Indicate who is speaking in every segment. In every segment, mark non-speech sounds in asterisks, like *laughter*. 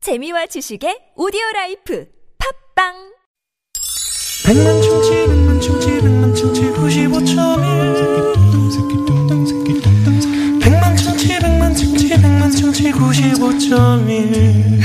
Speaker 1: 재미와 지식의 오디오 라이프 팝빵
Speaker 2: 백만 충치 백만 충치 백만 충치 95.1 백만 충치 백만 충치 백만 충치 95.1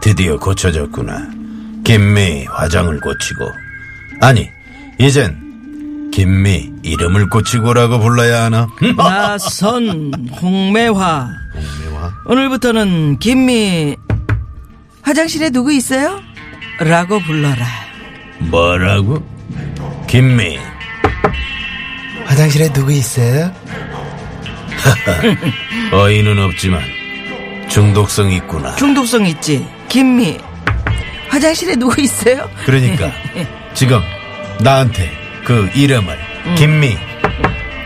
Speaker 3: 드디어 고쳐졌구나. 김미 화장을 고치고. 아니, 이젠 김미 이름을 고치고라고 불러야 하나? 흠,
Speaker 4: 나선 홍매화.
Speaker 3: 김미화?
Speaker 4: 오늘부터는 김미 화장실에 누구 있어요? 라고 불러라.
Speaker 3: 뭐라고? 김미.
Speaker 2: 화장실에 누구 있어요?
Speaker 3: *laughs* 어이는 없지만 중독성 있구나.
Speaker 4: 중독성 있지. 김미 화장실에 누구 있어요?
Speaker 3: 그러니까 지금 나한테 그 이름을 김미
Speaker 2: 음.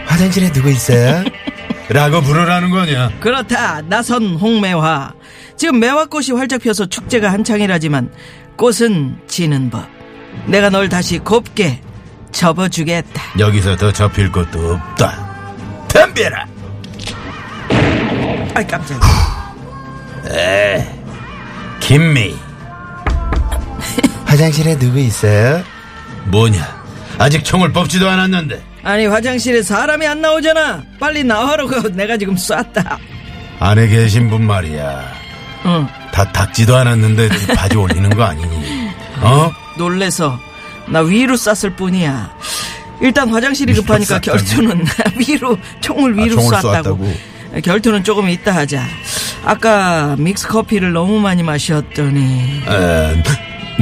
Speaker 2: 화장실에 누구 있어요?
Speaker 3: *laughs* 라고 부르라는 거냐?
Speaker 4: 그렇다. 나선 홍매화. 지금 매화꽃이 활짝 펴서 축제가 한창이라지만 꽃은 지는 법. 내가 널 다시 곱게 접어주겠다.
Speaker 3: 여기서 더 접힐 것도 없다. 덤벼라!
Speaker 4: 아이 깜짝이야.
Speaker 3: 김미.
Speaker 2: *laughs* 화장실에 누구 있어요?
Speaker 3: 뭐냐? 아직 총을 뽑지도 않았는데.
Speaker 4: 아니 화장실에 사람이 안 나오잖아. 빨리 나와라고 *laughs* 내가 지금 쐈다.
Speaker 3: 안에 계신 분 말이야.
Speaker 4: 응.
Speaker 3: 다
Speaker 2: *laughs*
Speaker 3: 닦지도 않았는데 바지 올리는 거 아니니? 어?
Speaker 4: 놀래서 나 위로 쐈을 뿐이야. 일단 화장실이
Speaker 3: 위로
Speaker 4: 급하니까
Speaker 3: 쐈다고?
Speaker 4: 결투는 *laughs* 위로 총을
Speaker 3: 아,
Speaker 4: 위로
Speaker 3: 총을
Speaker 4: 쐈다고. 예, 결투는 조금 있다 하자. 아까 믹스 커피를 너무 많이 마셨더니
Speaker 3: 에,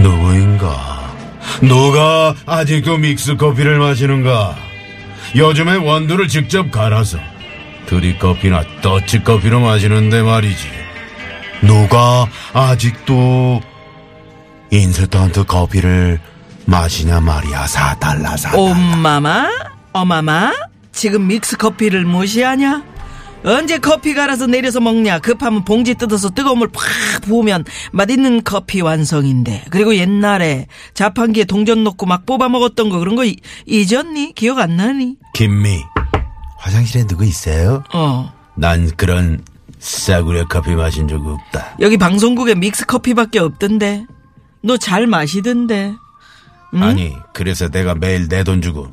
Speaker 3: 누구인가? 누가 아직도 믹스 커피를 마시는가? 요즘에 원두를 직접 갈아서 드립 커피나 더치 커피로 마시는데 말이지. 누가 아직도 인스턴트 커피를 마시냐 말이야 사달라 사달라.
Speaker 4: 엄마마 어마마 지금 믹스 커피를 무시하냐? 언제 커피 갈아서 내려서 먹냐? 급하면 봉지 뜯어서 뜨거운 물 팍 부으면 맛있는 커피 완성인데. 그리고 옛날에 자판기에 동전 넣고 막 뽑아 먹었던 거 그런 거 이- 잊었니? 기억 안 나니?
Speaker 3: 김미,
Speaker 2: 화장실에 누구 있어요?
Speaker 4: 어.
Speaker 3: 난 그런 싸구려 커피 마신 적 없다.
Speaker 4: 여기 방송국에 믹스 커피밖에 없던데. 너 잘 마시던데. 아,
Speaker 3: 아니 그래서 내가 매일 내 돈 주고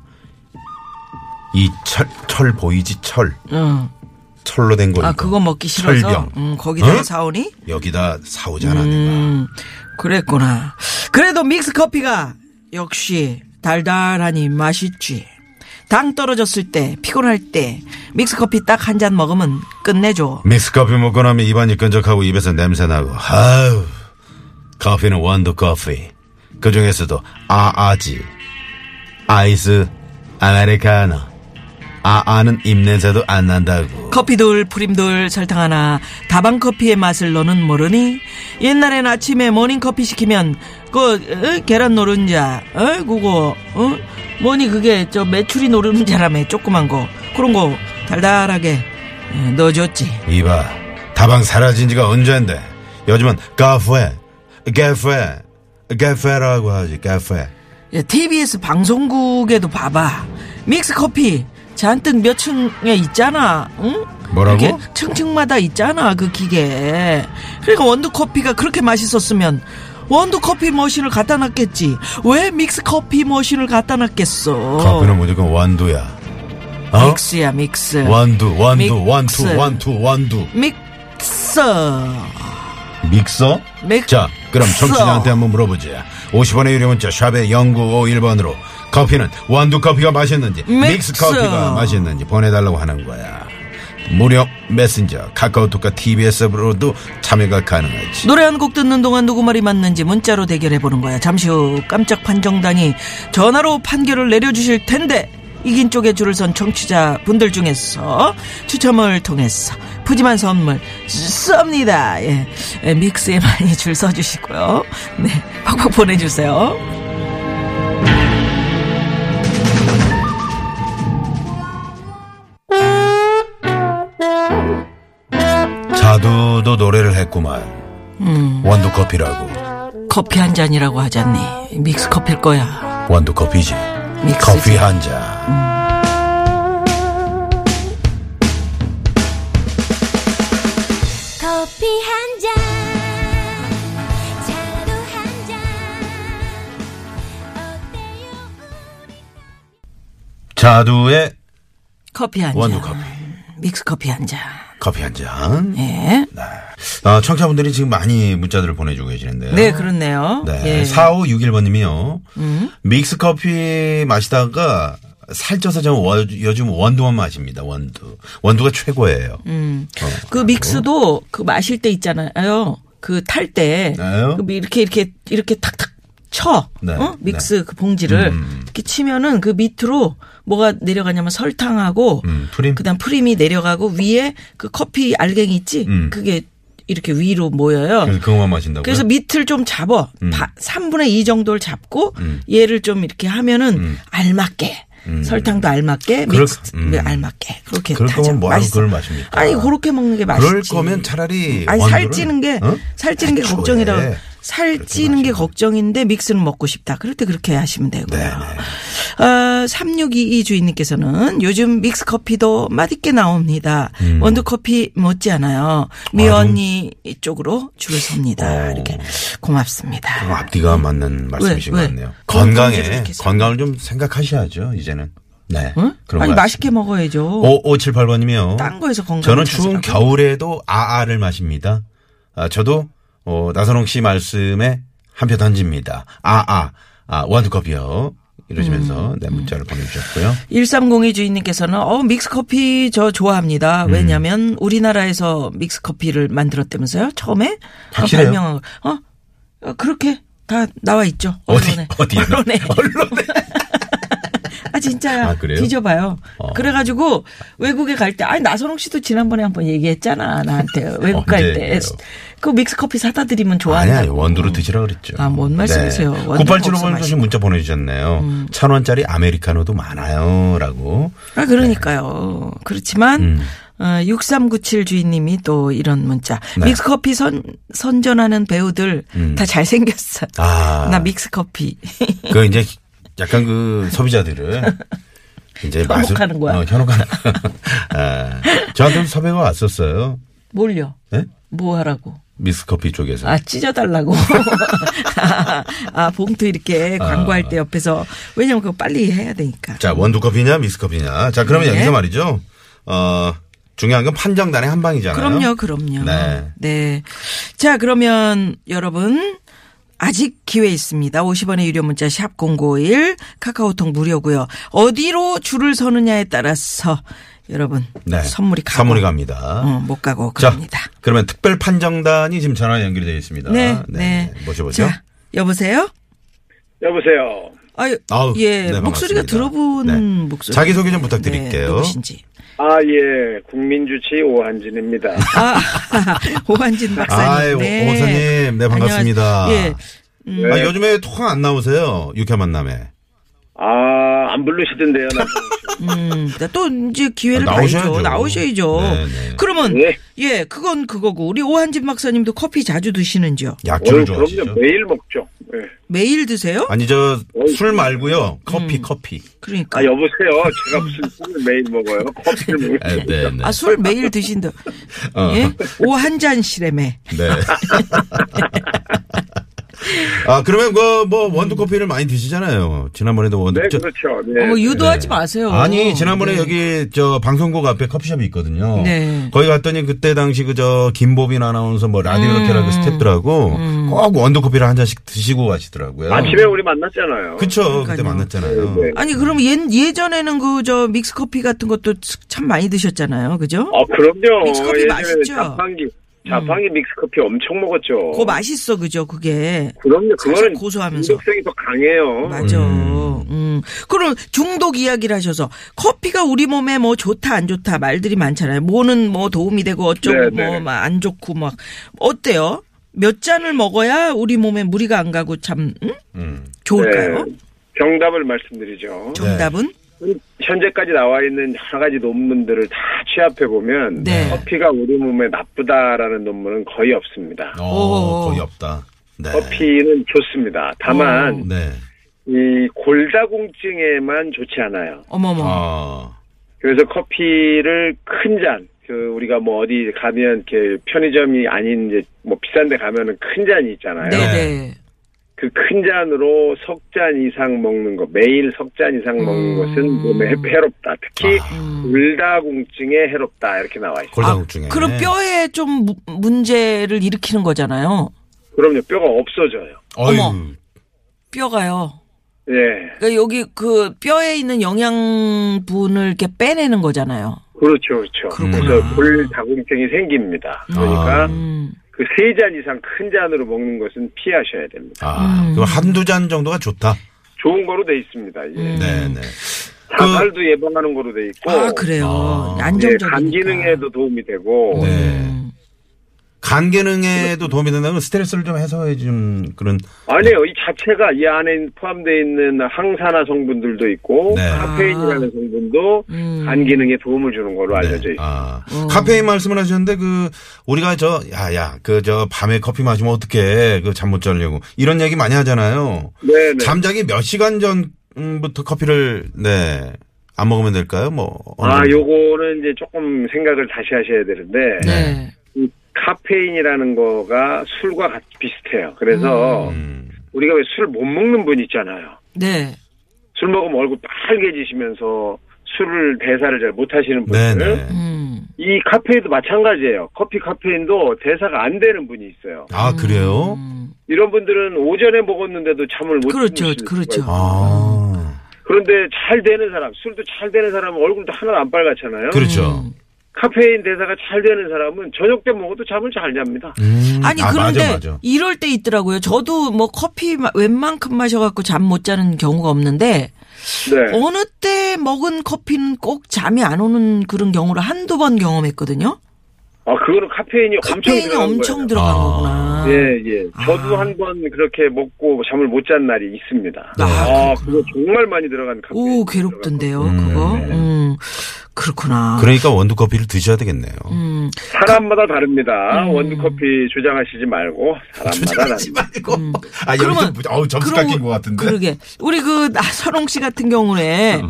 Speaker 3: 이 철 철 보이지 철
Speaker 4: 응.
Speaker 3: 철로 된 거니까
Speaker 4: 어. 아, 그거 먹기 싫어서.
Speaker 3: 철병
Speaker 4: 음, 거기다가
Speaker 3: 어?
Speaker 4: 사오니?
Speaker 3: 여기다 사오잖아
Speaker 4: 음, 그랬구나. 그래도 믹스 커피가 역시 달달하니 맛있지. 당 떨어졌을 때, 피곤할 때, 믹스 커피 딱 한 잔 먹으면 끝내줘.
Speaker 3: 내가 믹스 커피 먹고 나면 입안이 끈적하고 입에서 냄새 나고 아우 커피는 원두 커피 그 중에서도 아아지 아이스 아메리카노 아아는 입냄새도 안 난다고
Speaker 4: 커피돌, 프림돌, 설탕 하나, 다방 커피의 맛을 너는 모르니? 옛날엔 아침에 모닝 커피 시키면, 그, 어? 계란 노른자, 어? 그거, 어? 뭐니 그게, 저, 메추리 노른자라며, 조그만 거. 그런 거, 달달하게, 어, 넣어줬지.
Speaker 3: 이봐 다방 사라진 지가 언젠데 요즘은 카페 카페 카페라고 하지 카페
Speaker 4: 예, TBS 방송국에도 봐봐. 믹스 커피 잔뜩 몇 층에 있잖아. 응?
Speaker 3: 뭐라고?
Speaker 4: 이렇게 층층마다 있잖아 그 기계. 그러니까 원두 커피가 그렇게 맛있었으면 원두 커피 머신을 갖다 놨겠지. 왜 믹스 커피 머신을 갖다 놨겠어?
Speaker 3: 커피는 무조건 원두야 어?
Speaker 4: 믹스야 믹스.
Speaker 3: 원두 원두
Speaker 4: 믹스.
Speaker 3: 원투 원투 원두
Speaker 4: 믹서.
Speaker 3: 믹서?
Speaker 4: 믹서.
Speaker 3: 자 그럼 청취자한테 한번 물어보자 50원의 유료 문자 샵에 0951번으로 커피는 원두 커피가 맛있는지
Speaker 4: 믹스.
Speaker 3: 믹스 커피가 맛있는지 보내달라고 하는 거야 무료 메신저 카카오톡과 TBS 앱으로도 참여가 가능하지
Speaker 4: 노래 한 곡 듣는 동안 누구 말이 맞는지 문자로 대결해 보는 거야. 잠시 후 깜짝 판정단이 전화로 판결을 내려주실 텐데 이긴 쪽에 줄을 선 청취자 분들 중에서 추첨을 통해서 푸짐한 선물 쏩니다. 예. 예, 믹스에 많이 줄 서주시고요. 네, 팍팍 보내주세요.
Speaker 3: 자두도 노래를 했구만.
Speaker 4: 음.
Speaker 3: 원두 커피라고.
Speaker 4: 커피 한 잔이라고 하잖니. 믹스 커피일 거야.
Speaker 3: 원두 커피지.
Speaker 4: 믹스지.
Speaker 3: 커피 한 잔.
Speaker 5: 커피 한 잔, 자두 한 잔, 어때요?
Speaker 3: 자두의
Speaker 4: 커피 한 잔.
Speaker 3: 원두 커피.
Speaker 4: 믹스 커피 한 잔.
Speaker 3: 커피 한 잔.
Speaker 4: 예.
Speaker 3: 아, 청취자분들이 지금 많이 문자들을 보내주고 계시는데요.
Speaker 4: 네, 그렇네요.
Speaker 3: 네.
Speaker 4: 예. 음.
Speaker 3: 4561번님이요. 믹스 커피 마시다가 살쪄서 저 원- 요즘 원두만 마십니다. 원두. 원두가 최고예요. 어,
Speaker 4: 그 믹스도 그 마실 때 있잖아요. 그 탈 때.
Speaker 3: 나요?
Speaker 4: 그 이렇게 이렇게 이렇게 탁탁 쳐.
Speaker 3: 네, 음.
Speaker 4: 어? 믹스 그 봉지를 이렇게 치면은 그 밑으로 뭐가 내려가냐면 설탕하고
Speaker 3: 음, 프림?
Speaker 4: 그다음 프림이 내려가고 위에 그 커피 알갱이 있지?
Speaker 3: 음. 그렇죠.
Speaker 4: 그게 이렇게 위로 모여요.
Speaker 3: 그래서 그거만 마신다고요? 음.
Speaker 4: 그래서 밑을 좀 잡어. 바- 3분의 2 정도를 잡고 얘를 좀 이렇게 하면은 알맞게. 설탕도 알맞게,
Speaker 3: 음. 그럴-
Speaker 4: 믹스 네,
Speaker 3: 음.
Speaker 4: 알맞게 그렇게
Speaker 3: 그럴
Speaker 4: 타죠.
Speaker 3: 거면 뭐하러
Speaker 4: 맛있어.
Speaker 3: 그걸 마십니까?
Speaker 4: 아니 그렇게 먹는 게 맛있지. 음.
Speaker 3: 그럴 거면 차라리
Speaker 4: 아니
Speaker 3: 원두를-
Speaker 4: 살찌는 게
Speaker 3: 어?
Speaker 4: 살찌는 게
Speaker 3: 애초에
Speaker 4: 걱정이라 살찌는 게 걱정인데 믹스는 먹고 싶다. 그럴 때 그렇게 하시면 되고요.
Speaker 3: 네,
Speaker 4: 어, 3622 주인님께서는 요즘 믹스 커피도 맛있게 나옵니다.
Speaker 3: 음.
Speaker 4: 원두 커피 못지않아요. 미언니 쪽으로 줄을 섭니다.
Speaker 3: 어.
Speaker 4: 아, 이렇게 고맙습니다.
Speaker 3: 좀 앞뒤가 맞는 말씀이신
Speaker 4: 왜?
Speaker 3: 것 같네요.
Speaker 4: 왜? 건강에
Speaker 3: 건강에
Speaker 4: 좋겠어요.
Speaker 3: 건강을 좀 생각하셔야죠. 이제는 네
Speaker 4: 응?
Speaker 3: 그런
Speaker 4: 아니
Speaker 3: 것
Speaker 4: 맛있게
Speaker 3: 같습니다.
Speaker 4: 먹어야죠.
Speaker 3: 5578번님이요.
Speaker 4: 딴 거에서 건강
Speaker 3: 저는 추운
Speaker 4: 찾으라고.
Speaker 3: 겨울에도 아아를 마십니다. 아, 저도 어, 나선홍 씨 말씀에 한 표 던집니다. 아아 아, 원두커피요.
Speaker 4: 음,
Speaker 3: 이러시면서 네 문자를 보내주셨고요.
Speaker 4: 1302 주인님께서는 어 믹스 커피 저 좋아합니다.
Speaker 3: 음.
Speaker 4: 왜냐면 우리나라에서 믹스 커피를 만들었다면서요? 처음에
Speaker 3: 확실해요?
Speaker 4: 발명한 거. 어? 어 그렇게 다 나와 있죠.
Speaker 3: 어디
Speaker 4: 언론에.
Speaker 3: *laughs* 어디
Speaker 4: 언론에.
Speaker 3: 언론에
Speaker 4: *laughs* 아 진짜요.
Speaker 3: 아, 그래요? 어.
Speaker 4: 뒤져봐요. 그래가지고 외국에 갈 때 아니 나선홍 씨도 지난번에 한번 얘기했잖아 나한테 외국 갈 때
Speaker 3: 언제예요?
Speaker 4: 그 믹스 커피 사다 드리면
Speaker 3: 어, 네. 아니, 아니,
Speaker 4: 좋아한다고. 네.
Speaker 3: 원두로 드시라 그랬죠.
Speaker 4: 아, 뭔 말씀이세요. 원두가
Speaker 3: 987호
Speaker 4: 없어
Speaker 3: 번님
Speaker 4: 마시고. 음.
Speaker 3: 문자 보내주셨네요. 천 원짜리 아메리카노도 많아요. 라고.
Speaker 4: 아, 그러니까요. 그렇지만,
Speaker 3: 음.
Speaker 4: 어, 6397 주인님이 또 이런 문자.
Speaker 3: 네. 음.
Speaker 4: 믹스커피 선, 선전하는 배우들 다 잘생겼어.
Speaker 3: 아.
Speaker 4: 나 믹스커피. *laughs*
Speaker 3: 그 이제 약간 그 소비자들을 이제 마술-
Speaker 4: *laughs* 현혹하는 거야.
Speaker 3: 어, 현혹하는 *laughs* 거야. 아, 저한테도 섭외가 왔었어요.
Speaker 4: 뭘요?
Speaker 3: 예?
Speaker 4: 뭐 하라고?
Speaker 3: 미스 커피 쪽에서.
Speaker 4: 아, 찢어달라고. *laughs* 아, 봉투 이렇게 광고할 때 옆에서. 왜냐면 그거 빨리 해야 되니까.
Speaker 3: 자, 원두 커피냐, 미스 커피냐. 자, 그러면
Speaker 4: 네.
Speaker 3: 여기서 말이죠. 어, 중요한 건 판정단의 한 방이잖아요.
Speaker 4: 그럼요, 그럼요.
Speaker 3: 네.
Speaker 4: 네. 자, 그러면 여러분. 아직 기회 있습니다. 50원의 유료 문자 샵 051, 카카오톡 무료고요. 어디로 줄을 서느냐에 따라서 여러분
Speaker 3: 네.
Speaker 4: 선물이 가고
Speaker 3: 선물이 갑니다.
Speaker 4: 어, 못 가고
Speaker 3: 자,
Speaker 4: 그럽니다.
Speaker 3: 그러면 특별 판정단이 지금 전화 연결되어 있습니다.
Speaker 4: 네, 네.
Speaker 3: 모셔보죠.
Speaker 4: 자, 여보세요?
Speaker 6: 여보세요.
Speaker 4: 아유,
Speaker 3: 아우,
Speaker 4: 예.
Speaker 3: 네,
Speaker 4: 목소리가
Speaker 3: 반갑습니다.
Speaker 4: 들어본
Speaker 3: 네.
Speaker 4: 목소리.
Speaker 3: 자기소개 좀
Speaker 4: 네,
Speaker 3: 부탁드릴게요.
Speaker 4: 누구신지. *laughs*
Speaker 6: 아, 예. 국민주치 오한진입니다.
Speaker 4: 아, 오한진 박사님. 네.
Speaker 3: 아이, 오- 오선님, 네, 반갑습니다.
Speaker 4: 안녕하세요. 예.
Speaker 6: 네.
Speaker 3: 아, 요즘에 통 안 나오세요. 육회 만남에.
Speaker 6: 아, 안 부르시던데요, 나중에.
Speaker 4: 음, 또 이제 기회를
Speaker 3: 아, 나오셔야죠.
Speaker 4: 봐야죠. 나오셔야죠.
Speaker 3: 네, 네.
Speaker 4: 그러면
Speaker 6: 네.
Speaker 4: 예, 그건 그거고 우리 오한진 박사님도 커피 자주 드시는지요?
Speaker 3: 약주를
Speaker 6: 어휴,
Speaker 3: 좋아하시죠?
Speaker 6: 그럼요. 매일 먹죠. 예.
Speaker 4: 매일 드세요?
Speaker 3: 아니, 저, 술 말고요. 커피, 커피.
Speaker 4: 그러니까.
Speaker 6: 아, 여보세요. 제가 무슨 술을 매일 먹어요. 커피를 먹어요.
Speaker 3: 아, 네, 네.
Speaker 4: 음. 아, 술 매일 드신다.
Speaker 3: 어.
Speaker 4: 예? 오한잔 시래매.
Speaker 3: 네. *laughs* 아, 그러면 그, 뭐, 원두 커피를 많이 드시잖아요. 지난번에도 원두.
Speaker 6: 네,
Speaker 3: 저-
Speaker 6: 그렇죠. 네.
Speaker 4: 어머, 뭐 유도하지
Speaker 3: 네.
Speaker 4: 마세요.
Speaker 3: 아니, 지난번에
Speaker 4: 네.
Speaker 3: 여기, 저, 방송국 앞에 커피숍이 있거든요.
Speaker 4: 네.
Speaker 3: 거기 갔더니 그때 당시 그, 저, 김보빈 아나운서 뭐, 라디오
Speaker 4: 음.
Speaker 3: 이렇게라고 스탭들하고 꼭 원두 커피를 한 잔씩 드시고 가시더라고요.
Speaker 6: 아침에 우리 만났잖아요.
Speaker 3: 그쵸. 그때 만났잖아요.
Speaker 6: 네.
Speaker 4: 아니, 그럼 예, 예전에는 그 저 믹스 커피 같은 것도 참 많이 드셨잖아요. 그죠?
Speaker 6: 아, 그럼요.
Speaker 4: 믹스커피
Speaker 6: 예전에
Speaker 4: 맛있죠? 음.
Speaker 6: 자판기. 자판기 믹스커피 엄청 먹었죠.
Speaker 4: 그거 맛있어 그죠 그게
Speaker 6: 그럼요.
Speaker 4: 살짝
Speaker 6: 그거는
Speaker 4: 고소하면서.
Speaker 6: 중독성이 더 강해요.
Speaker 4: 맞아. 음. 그럼 중독 이야기를 하셔서 커피가 우리 몸에 뭐 좋다 안 좋다 말들이 많잖아요. 뭐는 뭐 도움이 되고
Speaker 6: 네,
Speaker 4: 어쩌고
Speaker 6: 네.
Speaker 4: 뭐 막 안 좋고 막 어때요? 몇 잔을 먹어야 우리 몸에 무리가 안 가고 참 음? 좋을까요?
Speaker 6: 네. 정답을 말씀드리죠.
Speaker 4: 정답은
Speaker 6: 현재까지 나와 있는 여러 가지 논문들을 다 취합해 보면
Speaker 4: 네.
Speaker 6: 커피가 우리 몸에 나쁘다라는 논문은 거의 없습니다.
Speaker 3: 어,
Speaker 4: 오.
Speaker 3: 거의 없다. 네.
Speaker 6: 커피는 좋습니다.
Speaker 4: 어.
Speaker 6: 다만
Speaker 3: 네.
Speaker 6: 이 골다공증에만 좋지 않아요.
Speaker 4: 어머머.
Speaker 3: 어.
Speaker 6: 그래서 커피를 큰 잔, 그 우리가 뭐 어디 가면 이렇게 편의점이 아닌 이제 뭐 비싼데 가면은 큰 잔이 있잖아요.
Speaker 4: 네네.
Speaker 6: 그 큰 잔으로 석 잔 이상 먹는 거, 매일 석 잔 이상
Speaker 4: 음.
Speaker 6: 먹는 것은 몸에 해- 해롭다. 특히
Speaker 4: 아.
Speaker 6: 골다공증에 해롭다 이렇게 나와 있어요.
Speaker 3: 골다공증에.
Speaker 4: 그럼 뼈에 좀 무- 문제를 일으키는 거잖아요.
Speaker 6: 그럼요, 뼈가 없어져요.
Speaker 3: 어머.
Speaker 4: 어머. 뼈가요.
Speaker 6: 예,
Speaker 4: 그러니까 여기 그 뼈에 있는 영양분을 이렇게 빼내는 거잖아요.
Speaker 6: 그렇죠, 그렇죠. 그래서 골다공증이 생깁니다. 그러니까
Speaker 4: 아.
Speaker 6: 그 세 잔 이상 큰 잔으로 먹는 것은 피하셔야 됩니다.
Speaker 3: 아,
Speaker 4: 음.
Speaker 3: 그럼 한두 잔 정도가 좋다.
Speaker 6: 좋은 거로 돼 있습니다. 예.
Speaker 3: 네, 네.
Speaker 6: 자살도 예방하는 거로 돼
Speaker 4: 음. 그
Speaker 6: 있고
Speaker 4: 아 그래요.
Speaker 3: 아.
Speaker 6: 어. 예,
Speaker 4: 안정적이니까.
Speaker 6: 간 기능에도 도움이 되고
Speaker 3: 네.
Speaker 4: 음.
Speaker 3: 간 기능에도 도움이 된다면 스트레스를 좀 해소해 준 그런 네.
Speaker 6: 아니에요 이 자체가 이 안에 포함되어 있는 항산화 성분들도 있고
Speaker 3: 네.
Speaker 6: 카페인이라는
Speaker 4: 아.
Speaker 6: 성분도
Speaker 4: 음.
Speaker 6: 간 기능에 도움을 주는 걸로 알려져
Speaker 3: 네.
Speaker 6: 있어요.
Speaker 3: 아, 카페인 말씀을 하셨는데 그 우리가 저 야야 그 저 밤에 커피 마시면 어떡해 그 잠 못 자려고 이런 얘기 많이 하잖아요.
Speaker 6: 네네.
Speaker 3: 잠자기 몇 시간 전부터 커피를 네 안 먹으면 될까요? 뭐 어느
Speaker 6: 아
Speaker 3: 정도?
Speaker 6: 요거는 이제 조금 생각을 다시 하셔야 되는데
Speaker 4: 네.
Speaker 6: 이 카페인이라는 거가 술과 같- 비슷해요. 그래서
Speaker 3: 음.
Speaker 6: 우리가 왜 술 못 먹는 분 있잖아요.
Speaker 4: 네.
Speaker 6: 술 먹으면 얼굴 빨개지시면서 술을 대사를 잘 못 하시는 분들
Speaker 3: 네네.
Speaker 4: 음.
Speaker 6: 이 카페인도 마찬가지예요. 커피 카페인도 대사가 안 되는 분이 있어요.
Speaker 3: 아 그래요?
Speaker 4: 음.
Speaker 6: 이런 분들은 오전에 먹었는데도 잠을 못
Speaker 4: 그렇죠,
Speaker 6: 주무시는
Speaker 4: 그렇죠.
Speaker 6: 수가 있고.
Speaker 3: 아
Speaker 6: 그런데 잘 되는 사람, 술도 잘 되는 사람은 얼굴도 하나도 안 빨갛잖아요.
Speaker 3: 그렇죠.
Speaker 6: 카페인 대사가 잘 되는 사람은 저녁 때 먹어도 잠을 잘 잡니다.
Speaker 3: 음.
Speaker 4: 아니
Speaker 3: 아,
Speaker 4: 그런데
Speaker 3: 맞아, 맞아.
Speaker 4: 이럴 때 있더라고요. 저도 뭐 커피 마- 웬만큼 마셔갖고 잠 못 자는 경우가 없는데
Speaker 6: 네.
Speaker 4: 어느 때 먹은 커피는 꼭 잠이 안 오는 그런 경우를 한두 번 경험했거든요.
Speaker 6: 아, 그거는 카페인이 엄청
Speaker 4: 카페인이
Speaker 6: 들어간
Speaker 4: 엄청
Speaker 6: 거예요.
Speaker 4: 들어간
Speaker 3: 아.
Speaker 4: 거구나.
Speaker 6: 예, 예. 저도
Speaker 4: 아.
Speaker 6: 한 번 그렇게 먹고 잠을 못 잔 날이 있습니다.
Speaker 4: 네. 아,
Speaker 6: 그거 정말 많이 들어간 카페인.
Speaker 4: 오 괴롭던데요
Speaker 3: 음,
Speaker 4: 그거.
Speaker 3: 네.
Speaker 4: 음. 그렇구나.
Speaker 3: 그러니까 원두 커피를 드셔야 되겠네요.
Speaker 4: 아. 음.
Speaker 6: 사람마다 다릅니다. 원두커피 음. 주장하시지 말고, 사람마다 다릅니다.
Speaker 3: 하지 말고. 아 여기서 어우 점수
Speaker 4: 그럼-
Speaker 3: 깎인 것 같은데. 음,
Speaker 4: 그러게. 우리 그 나선홍 씨 같은 경우에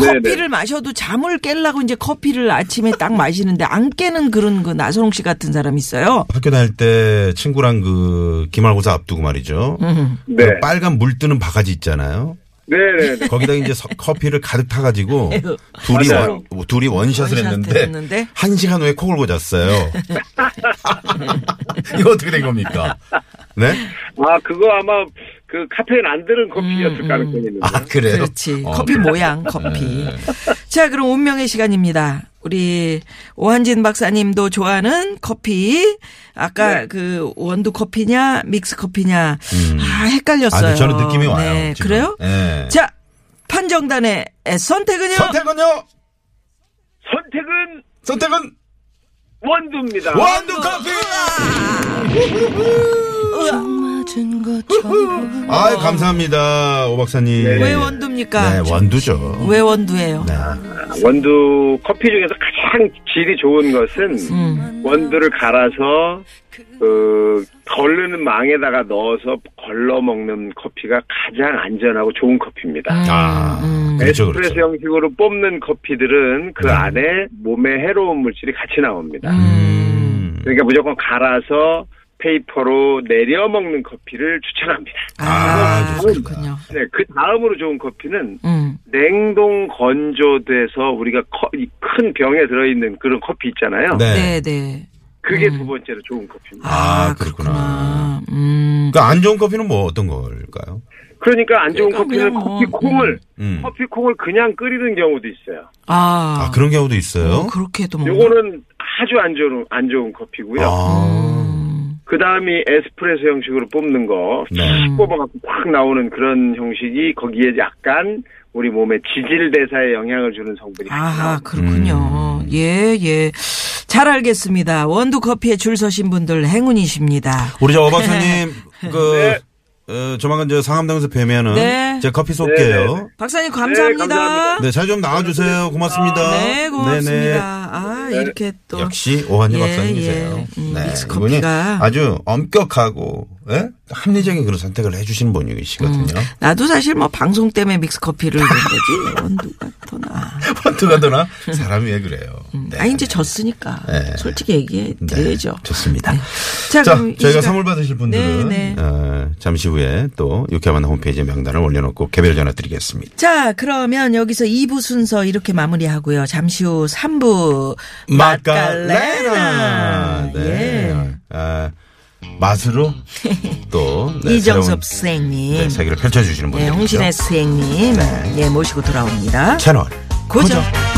Speaker 4: 커피를 마셔도 잠을 깰라고 이제 커피를 아침에 딱 마시는데 안 깨는 그런 그 나선홍 씨 같은 사람 있어요.
Speaker 3: 학교 다닐 때 친구랑 그 기말고사 앞두고 말이죠.
Speaker 4: 음.
Speaker 6: 네.
Speaker 3: 그 빨간 물 뜨는 바가지 있잖아요.
Speaker 6: 네네네.
Speaker 3: 거기다 이제
Speaker 4: *laughs*
Speaker 3: 서- 커피를 가득 타가지고 둘이
Speaker 6: 맞아요.
Speaker 3: 원, 뭐 둘이 원샷을
Speaker 4: 원샷
Speaker 3: 했는데,
Speaker 4: 했는데?
Speaker 3: 한 시간 후에 콕을 고잤어요.
Speaker 4: *laughs*
Speaker 3: 이거 어떻게 된 겁니까? 네?
Speaker 6: 아, 그거 아마 그 카페인 안 들은 커피였을 가능성이 있는데.
Speaker 3: 아 그래요.
Speaker 4: 그렇지.
Speaker 3: 어,
Speaker 4: 커피 모양, 커피. 자, 그럼 운명의 시간입니다. 우리 오한진 박사님도 좋아하는 커피. 아까 그 원두 커피냐, 믹스 커피냐. 아, 헷갈렸어요.
Speaker 3: 음. 아주 저는 느낌이 와요.
Speaker 4: 네,
Speaker 3: 지금.
Speaker 4: 그래요?
Speaker 3: 예.
Speaker 4: 자, 판정단의 선택은요?
Speaker 3: 선택은요.
Speaker 6: 선택은
Speaker 3: 선택은
Speaker 6: 원두입니다.
Speaker 3: 원두 커피. 아 감사합니다 오 박사님.
Speaker 6: 네,
Speaker 4: 왜 원두입니까?
Speaker 3: 네 원두죠. 네.
Speaker 4: 왜 음, 원두예요?
Speaker 6: 원두 커피 중에서 가장 질이 좋은 것은 원두를 갈아서 그 걸르는 망에다가 넣어서 걸러 먹는 커피가 가장 안전하고 좋은 커피입니다.
Speaker 3: 아
Speaker 4: 음.
Speaker 3: 그렇죠 네.
Speaker 6: 에스프레소
Speaker 3: 그렇죠.
Speaker 6: 형식으로 뽑는 커피들은 그 안에 몸에 해로운 물질이 같이 나옵니다.
Speaker 3: 음.
Speaker 6: 그러니까 무조건 갈아서 페이퍼로 내려 먹는 커피를 추천합니다.
Speaker 4: 아,
Speaker 3: 아, 좋습니다.
Speaker 4: 그렇군요.
Speaker 6: 네, 그 다음으로 좋은 커피는
Speaker 4: 음.
Speaker 6: 냉동 건조돼서 우리가 커- 이큰 병에 들어있는 그런 커피 있잖아요.
Speaker 3: 네. 음.
Speaker 4: 네, 네.
Speaker 6: 그게 두 번째로 좋은 커피입니다.
Speaker 3: 아,
Speaker 4: 그렇구나. 음.
Speaker 3: 그 안 좋은 커피는 뭐 어떤 걸까요?
Speaker 6: 그러니까 안 좋은
Speaker 4: 그러니까
Speaker 6: 커피는
Speaker 4: 그냥 뭐,
Speaker 6: 커피콩을
Speaker 3: 음.
Speaker 6: 커피콩을 그냥 끓이는 경우도 있어요.
Speaker 4: 아.
Speaker 3: 아 그런 경우도 있어요.
Speaker 4: 어, 그렇게도 먹나?
Speaker 6: 요거는 아주 안 좋은 안 좋은 커피고요.
Speaker 3: 아,
Speaker 6: 그 다음이 에스프레소 형식으로 뽑는 거,
Speaker 3: 네.
Speaker 6: 탁 뽑아갖고 팍 나오는 그런 형식이 거기에 약간 우리 몸에 지질 대사에 영향을 주는 성분이 같이
Speaker 4: 아,
Speaker 3: 음.
Speaker 6: 나옵니다.
Speaker 4: 그렇군요. 예, 예. 잘 알겠습니다. 원두 커피에 줄 서신 분들 행운이십니다.
Speaker 3: 우리 저 어박사님
Speaker 6: *laughs* 네.
Speaker 3: 그 어, 조만간 저 상암동에서 뵈면은
Speaker 4: 음. 네.
Speaker 3: 제 커피 쏠게요.
Speaker 6: 네,
Speaker 4: 박사님 감사합니다.
Speaker 6: 네, 감사합니다.
Speaker 3: 네, 잘 좀 나와주세요. 고맙습니다.
Speaker 4: 네, 고맙습니다.
Speaker 3: 네네.
Speaker 4: 아, 이렇게 또.
Speaker 3: 역시 오한희
Speaker 4: 예,
Speaker 3: 박사님이세요.
Speaker 4: 예. 음,
Speaker 3: 네,
Speaker 4: 믹스커피가-
Speaker 3: 이분이 아주 엄격하고 예? 합리적인 그런 선택을 해주신 분이시거든요. *laughs*
Speaker 4: 나도 사실 뭐 방송 때문에 믹스커피를 낸 거지. 원두가 더 나.
Speaker 3: 헌트가 더나 사람이 왜 그래요? 네.
Speaker 4: 아, 이제 졌으니까.
Speaker 3: 네.
Speaker 4: 솔직히 얘기해
Speaker 3: 네,
Speaker 4: 드려야죠.
Speaker 3: 좋습니다.
Speaker 4: 네.
Speaker 3: 자,
Speaker 4: 자, 그럼 이
Speaker 3: 저희가
Speaker 4: 시간-
Speaker 3: 선물 받으실 분들은
Speaker 4: 네, 네.
Speaker 3: 어, 잠시 후에 또 유쾌한 홈페이지에 명단을 올려놓고 개별 전화 드리겠습니다.
Speaker 4: 자, 그러면 여기서 2부 순서 이렇게 마무리하고요. 잠시 후 3부.
Speaker 3: 마카레나.
Speaker 4: 예.
Speaker 3: 네. 아,
Speaker 4: *laughs*
Speaker 3: 맛으로 또 네, 새로운,
Speaker 4: 이정섭 선생님.
Speaker 3: 네, 세계를 펼쳐주시는
Speaker 4: 네,
Speaker 3: 분들이죠.
Speaker 4: 홍신혜 선생님. 예, 모시고 돌아옵니다.
Speaker 3: 채널
Speaker 4: 고정.
Speaker 3: 고정.